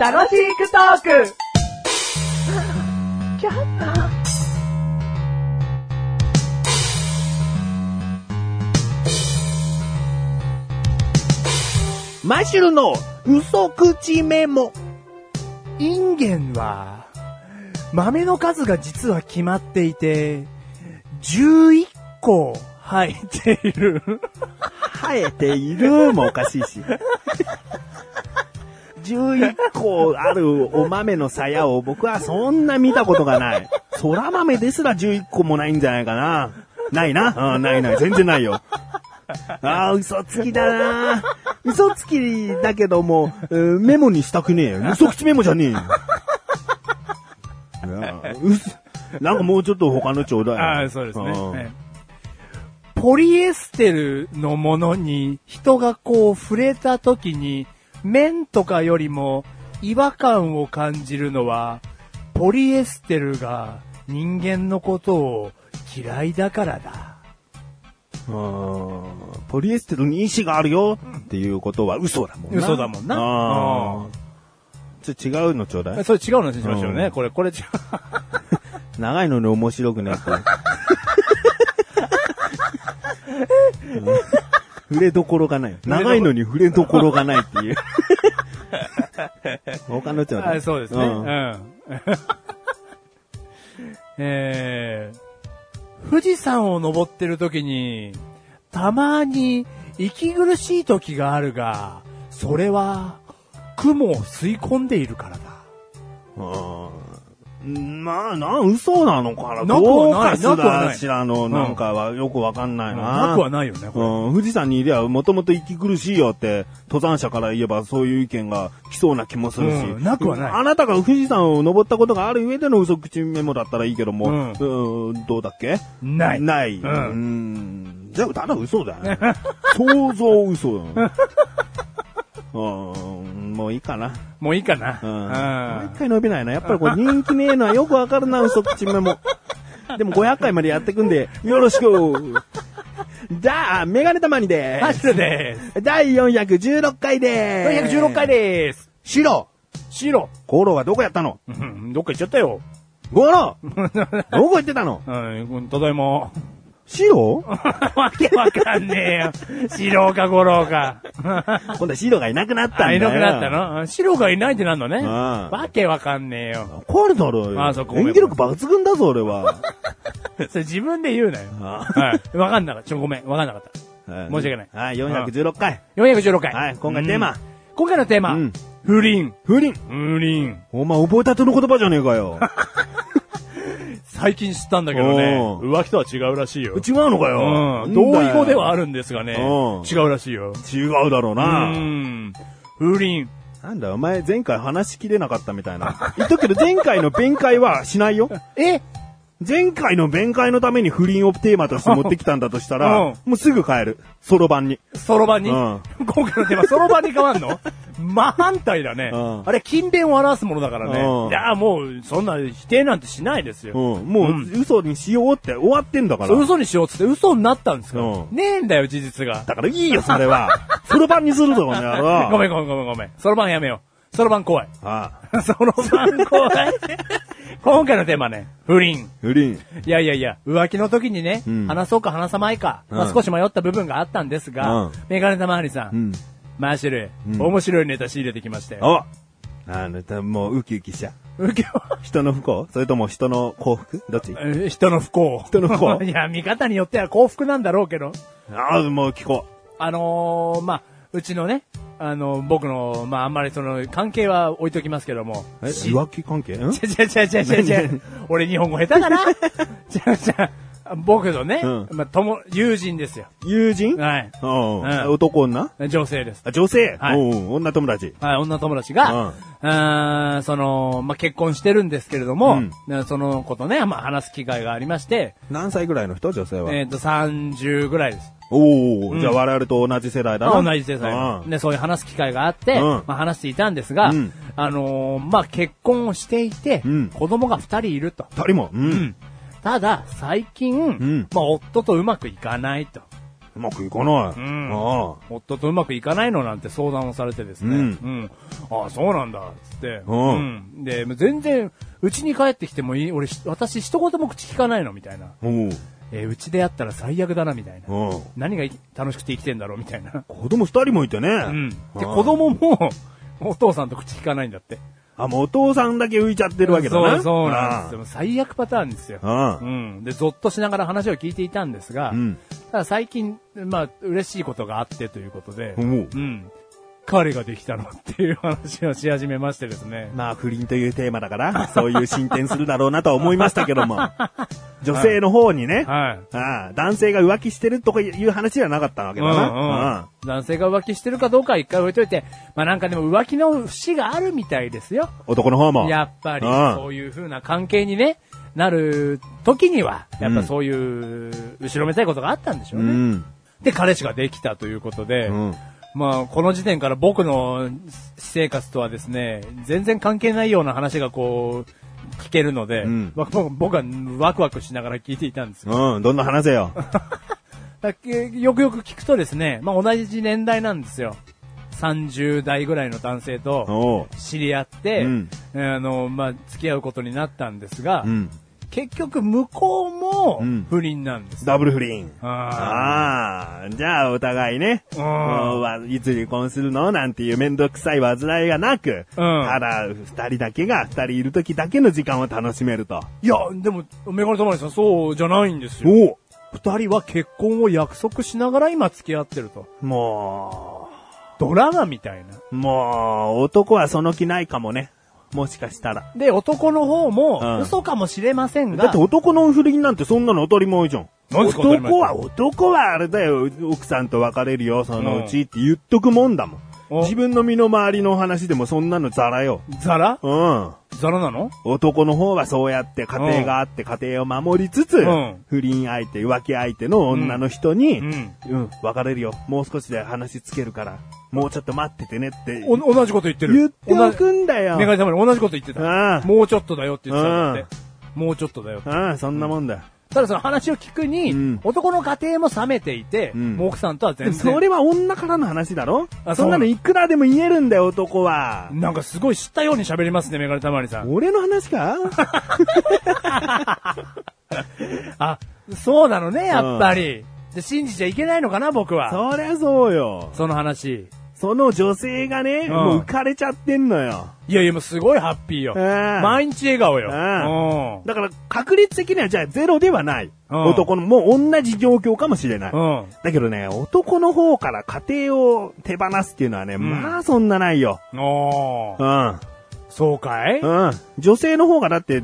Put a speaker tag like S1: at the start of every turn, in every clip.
S1: 楽しくトーク
S2: マシュルの嘘口メモ。
S3: インゲンは、豆の数が実は決まっていて、11個入っている。
S2: 生えているもおかしいし。11個あるお豆の鞘を僕はそんな見たことがない。空豆ですら11個もないんじゃないかな。ないな。うん、ないない。全然ないよ。ああ、嘘つきだな。嘘つきだけども、うんメモにしたくねえよ。嘘口メモじゃねえよ。いや嘘なんかもうちょっと他のちょうだい。
S3: ああ、そうですね。
S2: ん
S3: はいポリエステルのものに人がこう触れた時に面とかよりも違和感を感じるのはポリエステルが人間のことを嫌いだからだ。
S2: うーんポリエステルに意思があるよっていうことは嘘だもんな。
S3: 嘘だもんな
S2: あーちょ違うのちょうだい。
S3: それ違うのにしましょうね。
S2: うん
S3: これ、これ違う。
S2: 長いのに面白くな った。うん触れどころがない。長いのに触れどころがないって いう。他のちょうだ
S3: あ
S2: い。
S3: そうですね。うんん。 えー、富士山を登ってる時に、たまに息苦しい時があるが、それは、雲を吸い込んでいるからだ。
S2: うんまあ、な、嘘なのかな。
S3: なくはない
S2: どうか
S3: な
S2: す
S3: くはな
S2: ら
S3: い
S2: しらの、なんかはよくわかんないな。
S3: なくはないよね、これ。
S2: うん、富士山にいりゃ、もともと息苦しいよって、登山者から言えばそういう意見が来そうな気もするし。
S3: うんなくはない
S2: あなたが富士山を登ったことがある上での嘘口メモだったらいいけども、う
S3: うん
S2: ーん、どうだっけ
S3: ない
S2: ない。
S3: うん
S2: ん。じゃあ、ただ嘘だよ ね。想像嘘だよね。うん、もういいかな。
S3: もういいかな。
S2: うん。
S3: うん
S2: 毎回伸びないな。やっぱりこれ人気ねえのはよくわかるな、嘘口メモ。でも500回までやってくんで、よろしく。じゃあ、メガネたまにで
S3: ハッ
S2: す。
S3: シュです。
S2: 第416回でーす。
S3: 416回です。
S2: 白
S3: 白。
S2: ゴロはどこやったの
S3: うん、どっか行っちゃったよ。
S2: ゴロどこ行ってたの
S3: うん、ただいま。
S2: 白
S3: わけわかんねえよ。白か五郎か。
S2: 今度は白がいなくなったんだよ。
S3: いなくなったのうん白がいないってなんのね。
S2: ん
S3: わけわかんねえよ。
S2: 壊れたろよ。
S3: あそっかごめん
S2: 演技力抜群だぞ、俺 は。
S3: それ自分で言うなよ。
S2: あ
S3: はい。わかんなかった。ちょ、ごめん。わかんなかった。
S2: 申
S3: 申し訳ない
S2: はい、416回。
S3: 416回。
S2: はい、今回テーマ
S3: うん。。今回のテーマ。
S2: うん
S3: 不倫。
S2: 不倫。
S3: 不倫。
S2: お前、覚えたての言葉じゃねえかよ。
S3: 最近知ったんだけどね。
S2: おう
S3: 浮気とは違うらしい
S2: 違
S3: よ。
S2: うのかよ。
S3: うん。同意語ではあ
S2: る。
S3: るんですがね。
S2: うん
S3: 違うらしいよ。
S2: 違うだろう
S3: う
S2: な。
S3: ん。不倫。
S2: なんだ、お前前回話しきれなかったみたいな。言っとくけど、前回の弁解はしないよ。
S3: え
S2: 前回の弁解のために不倫をテーマとして持ってきたんだとしたら、
S3: うん
S2: もうすぐ帰る。そろばんに。
S3: そろばんに、
S2: うん
S3: 今回のテーマ、そろばんに変わんの真反対だね。
S2: うん
S3: あれ、勤勉を表すものだからね。
S2: うん
S3: いやー、もう、そんな否定なんてしないです
S2: う
S3: よ。
S2: ん。もう、
S3: うん
S2: 嘘にしようって終わってんだから。
S3: 嘘にしようっつって嘘になったんですから、
S2: うん
S3: ねえんだよ、事実が。
S2: だからいいよ、それは。 そろばんにするぞ、この野 郎。
S3: ごめ
S2: ん。
S3: んごめんごめんごめん。そろばんやめよう。そろばん怖 い。
S2: ああ
S3: そろばん怖い。今回のテーマね、不倫。
S2: 不倫。
S3: いやいやいや、浮気の時にね、
S2: うん
S3: 話そうか話さないか、ま
S2: う
S3: あ、
S2: ん
S3: 少し迷った部分があったんですが、
S2: うん
S3: メガネたまわりさん、
S2: うん。
S3: マーシュル、
S2: うん
S3: 面白いネタ仕入れてきましたよ。
S2: おあの、たもうウキウキしちゃう。
S3: 受けは
S2: 人の不幸それとも人の幸福どっち
S3: えー人の不幸。
S2: 人の不幸
S3: いや、見方によっては幸福なんだろうけど。
S2: ああ、もう聞こ
S3: あのー、まあ、うちのね、あのー僕の、まあ、あんまりその、関係は置いときますけども。
S2: う。え、
S3: し
S2: 浮気関係ん
S3: ちゃちゃちゃちゃちゃちゃ
S2: 何。
S3: 俺日本語下手 だな。ちゃちゃ。僕のね、
S2: うん
S3: まあ、友、友人ですよ。
S2: 友人
S3: はい。
S2: うん
S3: うん
S2: 男女
S3: 女性です。
S2: あ女性
S3: はい
S2: うん女友達。
S3: はい、女友達が、あーその、まあ、結婚してるんですけれども、そのことね、まあ、話す機会がありまして、
S2: 何歳ぐらいの人女性は。
S3: えっ、と、30ぐらいです。
S2: おお、
S3: うん
S2: じゃあ我々と同じ世代だ
S3: ま
S2: な。
S3: あ同じ世代の、
S2: うん
S3: ね、そういう話す機会があって、
S2: うん
S3: まあ、話していたんですが、
S2: うん
S3: あのーまあ、結婚をしていて、
S2: うん
S3: 子供が二人いると。
S2: 二人も。う。
S3: うんんただ、最近、
S2: ん
S3: まあ、夫とうまくいかないと。
S2: うまくいかない。
S3: うん
S2: あ
S3: 夫とうまくいかないのなんて相談をされてですね。
S2: う
S3: うんん。ああ、そうなんだ、つって。
S2: うん
S3: ん。で、全然、うちに帰ってきてもいい俺、し私一言も口聞かないの、みたいな。
S2: あ。うん。
S3: えーうちでやったら最悪だな、みたいな。
S2: うん。
S3: 何がい楽しくて生きてんだろう、みたいな。
S2: 子供二人もいてね。う
S3: うん。で、子供も、お父さんと口聞かないんだって。
S2: あ、もうお父さんだけ浮いちゃってるわけだな。
S3: そう、そうなんですよ。最悪パターンですよ。
S2: ああ
S3: うん。で、ゾッとしながら話を聞いていたんですが、
S2: うん
S3: ただ最近、まあ、嬉しいことがあってということで、
S2: おう
S3: うん。彼ができたのっていう話をし始めましてですね。
S2: まあ、不倫というテーマだから、そういう進展するだろうなとは思いましたけど も。女性の方にね、
S3: はい。
S2: ああ男性が浮気してるとかいう話ではなかったわけだな。
S3: うんうん男性が浮気してるかどうかは一回置いといて、まあなんかでも浮気の節があるみたいですよ。
S2: うん男の方も。
S3: やっぱり、
S2: うん
S3: そういう風な関係にね、なる時には、やっぱそういう、後ろめたいことがあったんでしょ
S2: う
S3: うね。
S2: ん。
S3: で、彼氏ができたということで、
S2: うん
S3: まあ、この時点から僕の私生活とはですね、全然関係ないような話がこう、聞けるので、
S2: うん
S3: わ僕はワクワクしながら聞いていたんですよ。
S2: うん、どんな話せよ。
S3: だけよくよく聞くとですね、まあ同じ年代なんですよ。30代ぐらいの男性と
S2: おう
S3: 知り合って、
S2: うん
S3: あの、まあ付き合うことになったんですが、
S2: うん。
S3: 結局向こうも
S2: うん
S3: 不倫なんです。
S2: ダブル不倫。
S3: あ
S2: ああ、じゃあお互いね、
S3: うん
S2: もうわいつ離婚するのなんていうめんどくさい煩いがなく、
S3: うん
S2: ただ二人だけが、二人いる時だけの時間を楽しめると。
S3: ーいや、でも、メガネたまりさんそうじゃないんですよ。
S2: お
S3: 二人は結婚を約束しながら今付き合ってると。
S2: も
S3: ドラマみたいな。
S2: う、もう、男はその気ないかもね。もしかしたら。
S3: で、男の方
S2: うん
S3: も嘘かもしれません
S2: だ
S3: が、
S2: って男の不倫なんてそんなの当たり前じゃん。
S3: なんですか当たり前
S2: 男は、男はあれだよ、奥さんと別れるよ、そのうちって言っとくもんだもん。
S3: お
S2: 自分の身の回りの話でもそんなのザラよ。
S3: ザラ
S2: うん。
S3: ザラなの
S2: 男の方はそうやって家庭があって家庭を守りつつ、
S3: うん
S2: 不倫相手、浮気相手の女の人に、う
S3: うんん、
S2: 別れるよ。もう少しで話つけるから、もうちょっと待っててねって
S3: お同じこと言ってる。
S2: 言ってお
S3: 同
S2: くんだ
S3: じ
S2: よ。
S3: メガネたまに同じこと言って
S2: あ
S3: た
S2: あ。
S3: もうちょっとだよって言ってたんだって。もうちょっとだよって。
S2: ああ、そんなもんだ。
S3: ただその話を聞くに、
S2: うん
S3: 男の家庭も冷めていて、
S2: うん
S3: もう奥さんとは全
S2: そ
S3: 然。
S2: れは女からの話だろ
S3: あ
S2: そんなのいくらでも言えるんだよ、男は。
S3: なんかすごい知ったように喋りますね、メガネたまりさん。
S2: 俺の話 か
S3: あ、そうなのね、やっぱり。で信じちゃいけないのかな、僕は。
S2: そりゃそうよ。
S3: その話。
S2: その女性がね、
S3: ん
S2: もう浮かれちゃってんのよ。
S3: いやいや、もうすごいハッピーよ。
S2: うん
S3: 毎日笑顔よ。
S2: だから確率的にはじゃあゼロではない。
S3: うん
S2: 男の、もう同じ状況かもしれない。
S3: うん。うん。
S2: だけどね、男の方から家庭を手放すっていうのはね、
S3: ん
S2: まあそんなないよ。
S3: お
S2: う
S3: ー
S2: ん。
S3: そうかい
S2: うん。女性の方がだって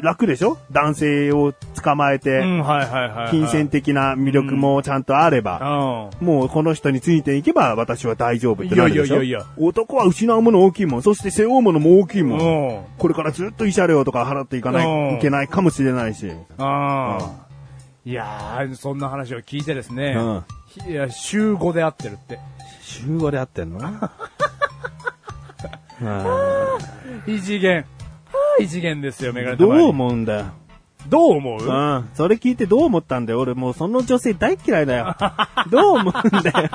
S2: 楽でしょ男性を捕まえ
S3: う
S2: て、
S3: ん、はいはいはいはい。
S2: 金銭的な魅力もちゃんとあれば、
S3: う
S2: もうこの人についていけば私は大丈夫ってなるでしょ
S3: いやいやいやい
S2: 男は失うもの大きいもん。そして背負うものも大きい
S3: ん。
S2: もん。
S3: うん。
S2: これからずっと慰謝料とか払っていかな
S3: うん
S2: い、いけないかもしれないし。
S3: ああ。いやー、そんな話を聞いてですね。
S2: うん
S3: いや、週5で会ってるって。
S2: 週5で会ってんの
S3: 異次元。あー異次元ですよ、メガ ネ
S2: ど
S3: た
S2: う
S3: まり
S2: 思うんだよ。
S3: どう思
S2: う。
S3: うん
S2: それ聞いてどう思ったんだよ。俺もうその女性大嫌いだ よ。どう思うんだよ。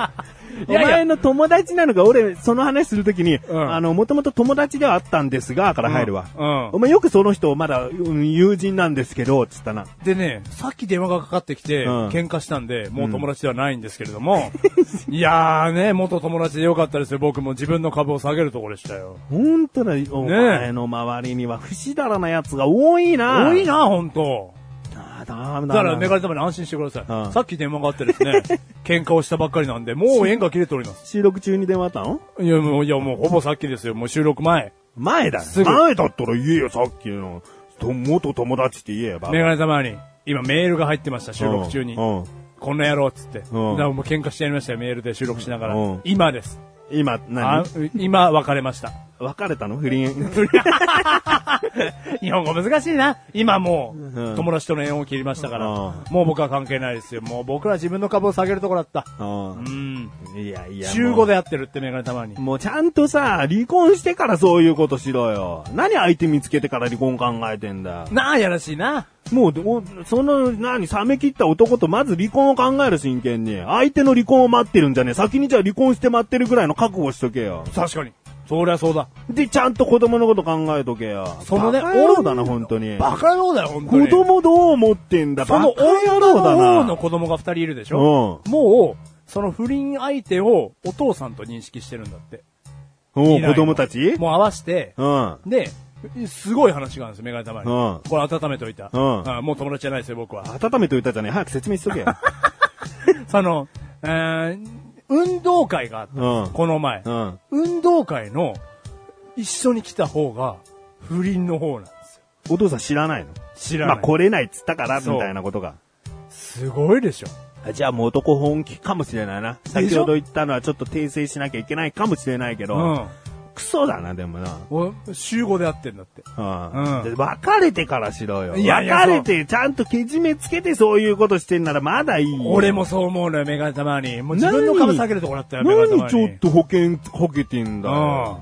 S2: お
S3: いやいや
S2: 前の友達なのか、俺、その話するときに、
S3: ん
S2: あの、もともと友達ではあったんですが、から入るわ。
S3: うんうん
S2: お前よくその人、まだ、うん友人なんですけど、つったな。
S3: でね、さっき電話がかかってきて、
S2: うん
S3: 喧嘩したんで、もう友達ではないんですけれ ども。いやーね、元友達でよかったですよ。僕も自分の株を下げるところでしたよ。
S2: ほんとだよ、お前の周りには不死だらな奴が多いな。
S3: 多い。な、ほんと。
S2: あーダメだ。
S3: だからメガネ玉に安心してください。
S2: うん
S3: さっき電話があってで すね、喧嘩をしたばっかりなんで、もう縁が切れております。
S2: 収録中に電話あったの
S3: いや、もう、いや、もうほぼさっきですよ。もう収録前。
S2: 前だ
S3: すぐ
S2: 前だったら言えよ、さっきの。と元友達って言えば。
S3: メガネ玉に、今メールが入ってました、収録中に。
S2: うんうん
S3: こんな野郎っつって。だからもう喧嘩しちゃいましたよ、メールで収録しながら。
S2: うん
S3: 今です。
S2: 今、
S3: あ
S2: 何
S3: 今、別れました。
S2: 別れたの不倫。
S3: 日本語難しいな。今も
S2: うん
S3: う、友達との縁を切りましたから、
S2: うん
S3: もう僕は関係ないですよ。もう僕ら自分の株を下げるとこだった。
S2: う
S3: うん。
S2: んいやいや。
S3: 週
S2: も
S3: 5
S2: う
S3: でやってるってメガネたまに。
S2: もうちゃんとさ、離婚してからそういうことしろよ。何相手見つけてから離婚考えてんだ。
S3: なあ、やらしいな。
S2: もう、おその、何、冷め切った男とまず離婚を考える真剣に。相手の離婚を待ってるんじゃねえ。先にじゃあ離婚して待ってるぐらいの覚悟しとけよ。
S3: 確かに。そりゃそうだ。
S2: で、ちゃんと子供のこと考えとけよ。
S3: そのね
S2: バカ野郎だな、本当に。
S3: バカ野郎だよ、本当
S2: 子
S3: に。
S2: 供どう思ってんだ、
S3: その
S2: バカ野
S3: 女の
S2: 郎だ
S3: 方の
S2: な。
S3: 子供が二人いるでしょ、もう、その不倫相手をお父さんと認識してるんだって。
S2: おう
S3: 未来
S2: 子
S3: の
S2: 供たち
S3: もう合わせて、
S2: うん。
S3: で、すごい話があるんです、メガネたまに。
S2: うん
S3: これ温めといた、
S2: うん
S3: あもう友達じゃないですよ、僕は。
S2: 温めといたじゃねえ。早く説明し とけよ。
S3: その、えー運動会があったんです、
S2: うん
S3: この前、
S2: うん。
S3: 運動会の一緒に来た方が不倫の方なんですよ。
S2: お父さん知らないの
S3: 知らない。
S2: まあ来れないっつったから、み
S3: そう
S2: たいなことが。
S3: すごいでしょ。
S2: あじゃあもう男本気かもしれないな。
S3: でしょ
S2: 先ほど言ったのはちょっと訂正しなきゃいけないかもしれないけど、
S3: うん
S2: クソだな、でもな。
S3: お。週5で会ってんだって。
S2: うん
S3: うん
S2: で別れてからしろよ。
S3: いやいや
S2: 別れて、ちゃんとけじめつけてそういうことしてんならまだいいよ。
S3: 俺もそう思うのよ、メガネたまに。もう自分の株下げるとこだったよ、メガネたま
S2: 何
S3: に。
S2: ちょっと保険かけてんだよ。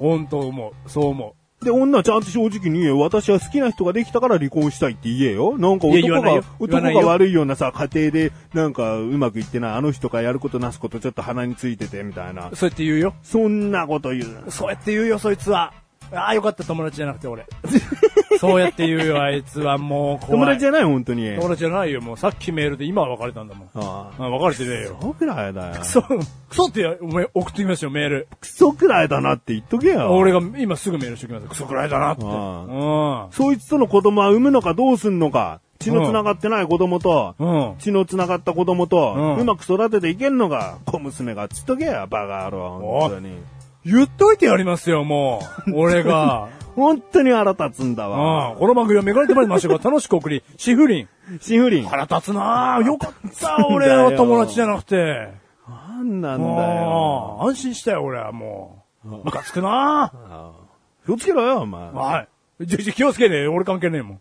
S3: うん。本当思う。そう思
S2: で、女はちゃんと正直に言えよ。私は好きな人ができたから離婚したいって言えよ。なんか
S3: い
S2: 男
S3: や言わない
S2: が
S3: よ、言
S2: 男
S3: わない
S2: が
S3: よ
S2: 悪いようなさ、家庭で、なんかうまくいってない、あの人がやることなすことちょっと鼻についてて、みたいな
S3: う。。そうやって言うよ。
S2: そんなこと言う。
S3: そうやって言うよ、そいつは。ああ、よかった、友達じゃなくて 俺。そうやって言うよ、あいつはもう怖い。
S2: 友達じゃない、本当に。
S3: 友達じゃないよ、もうさっきメールで今は別れたんだもん。
S2: ああ。
S3: あ別れてねえよ。
S2: そうくらいだよ。
S3: クソ、クソってお前送ってきましたよ、メール。
S2: クソくらいだなって言っとけよ。
S3: 俺が今すぐメールしてきました。クソくらいだなって。う
S2: あ
S3: ん。
S2: そいつとの子供は産むのかどうすんのか。血の繋がってない子供と、
S3: うん。
S2: 血の繋がった子供と、う
S3: うん
S2: まく育てていけんのか。小娘がつっとけよ、バカ野郎。本当に。
S3: 言っといてやりますよ、もう。俺 が。
S2: 本当に腹立つんだわ。
S3: うん。この番組はめがれてまいりましたが、楽しく送り、シフリン。
S2: シンフリン。
S3: 腹立つなあよかった、
S2: んだ
S3: 俺
S2: よ
S3: は友達じゃなくて。
S2: なんなん
S3: う
S2: だよ。
S3: ん安心したよ、俺はもう。ムカつくなあ
S2: 気をつけろよ、お前。
S3: はい。じゃ、じゃ気をつけねえ。俺関係ねえもん。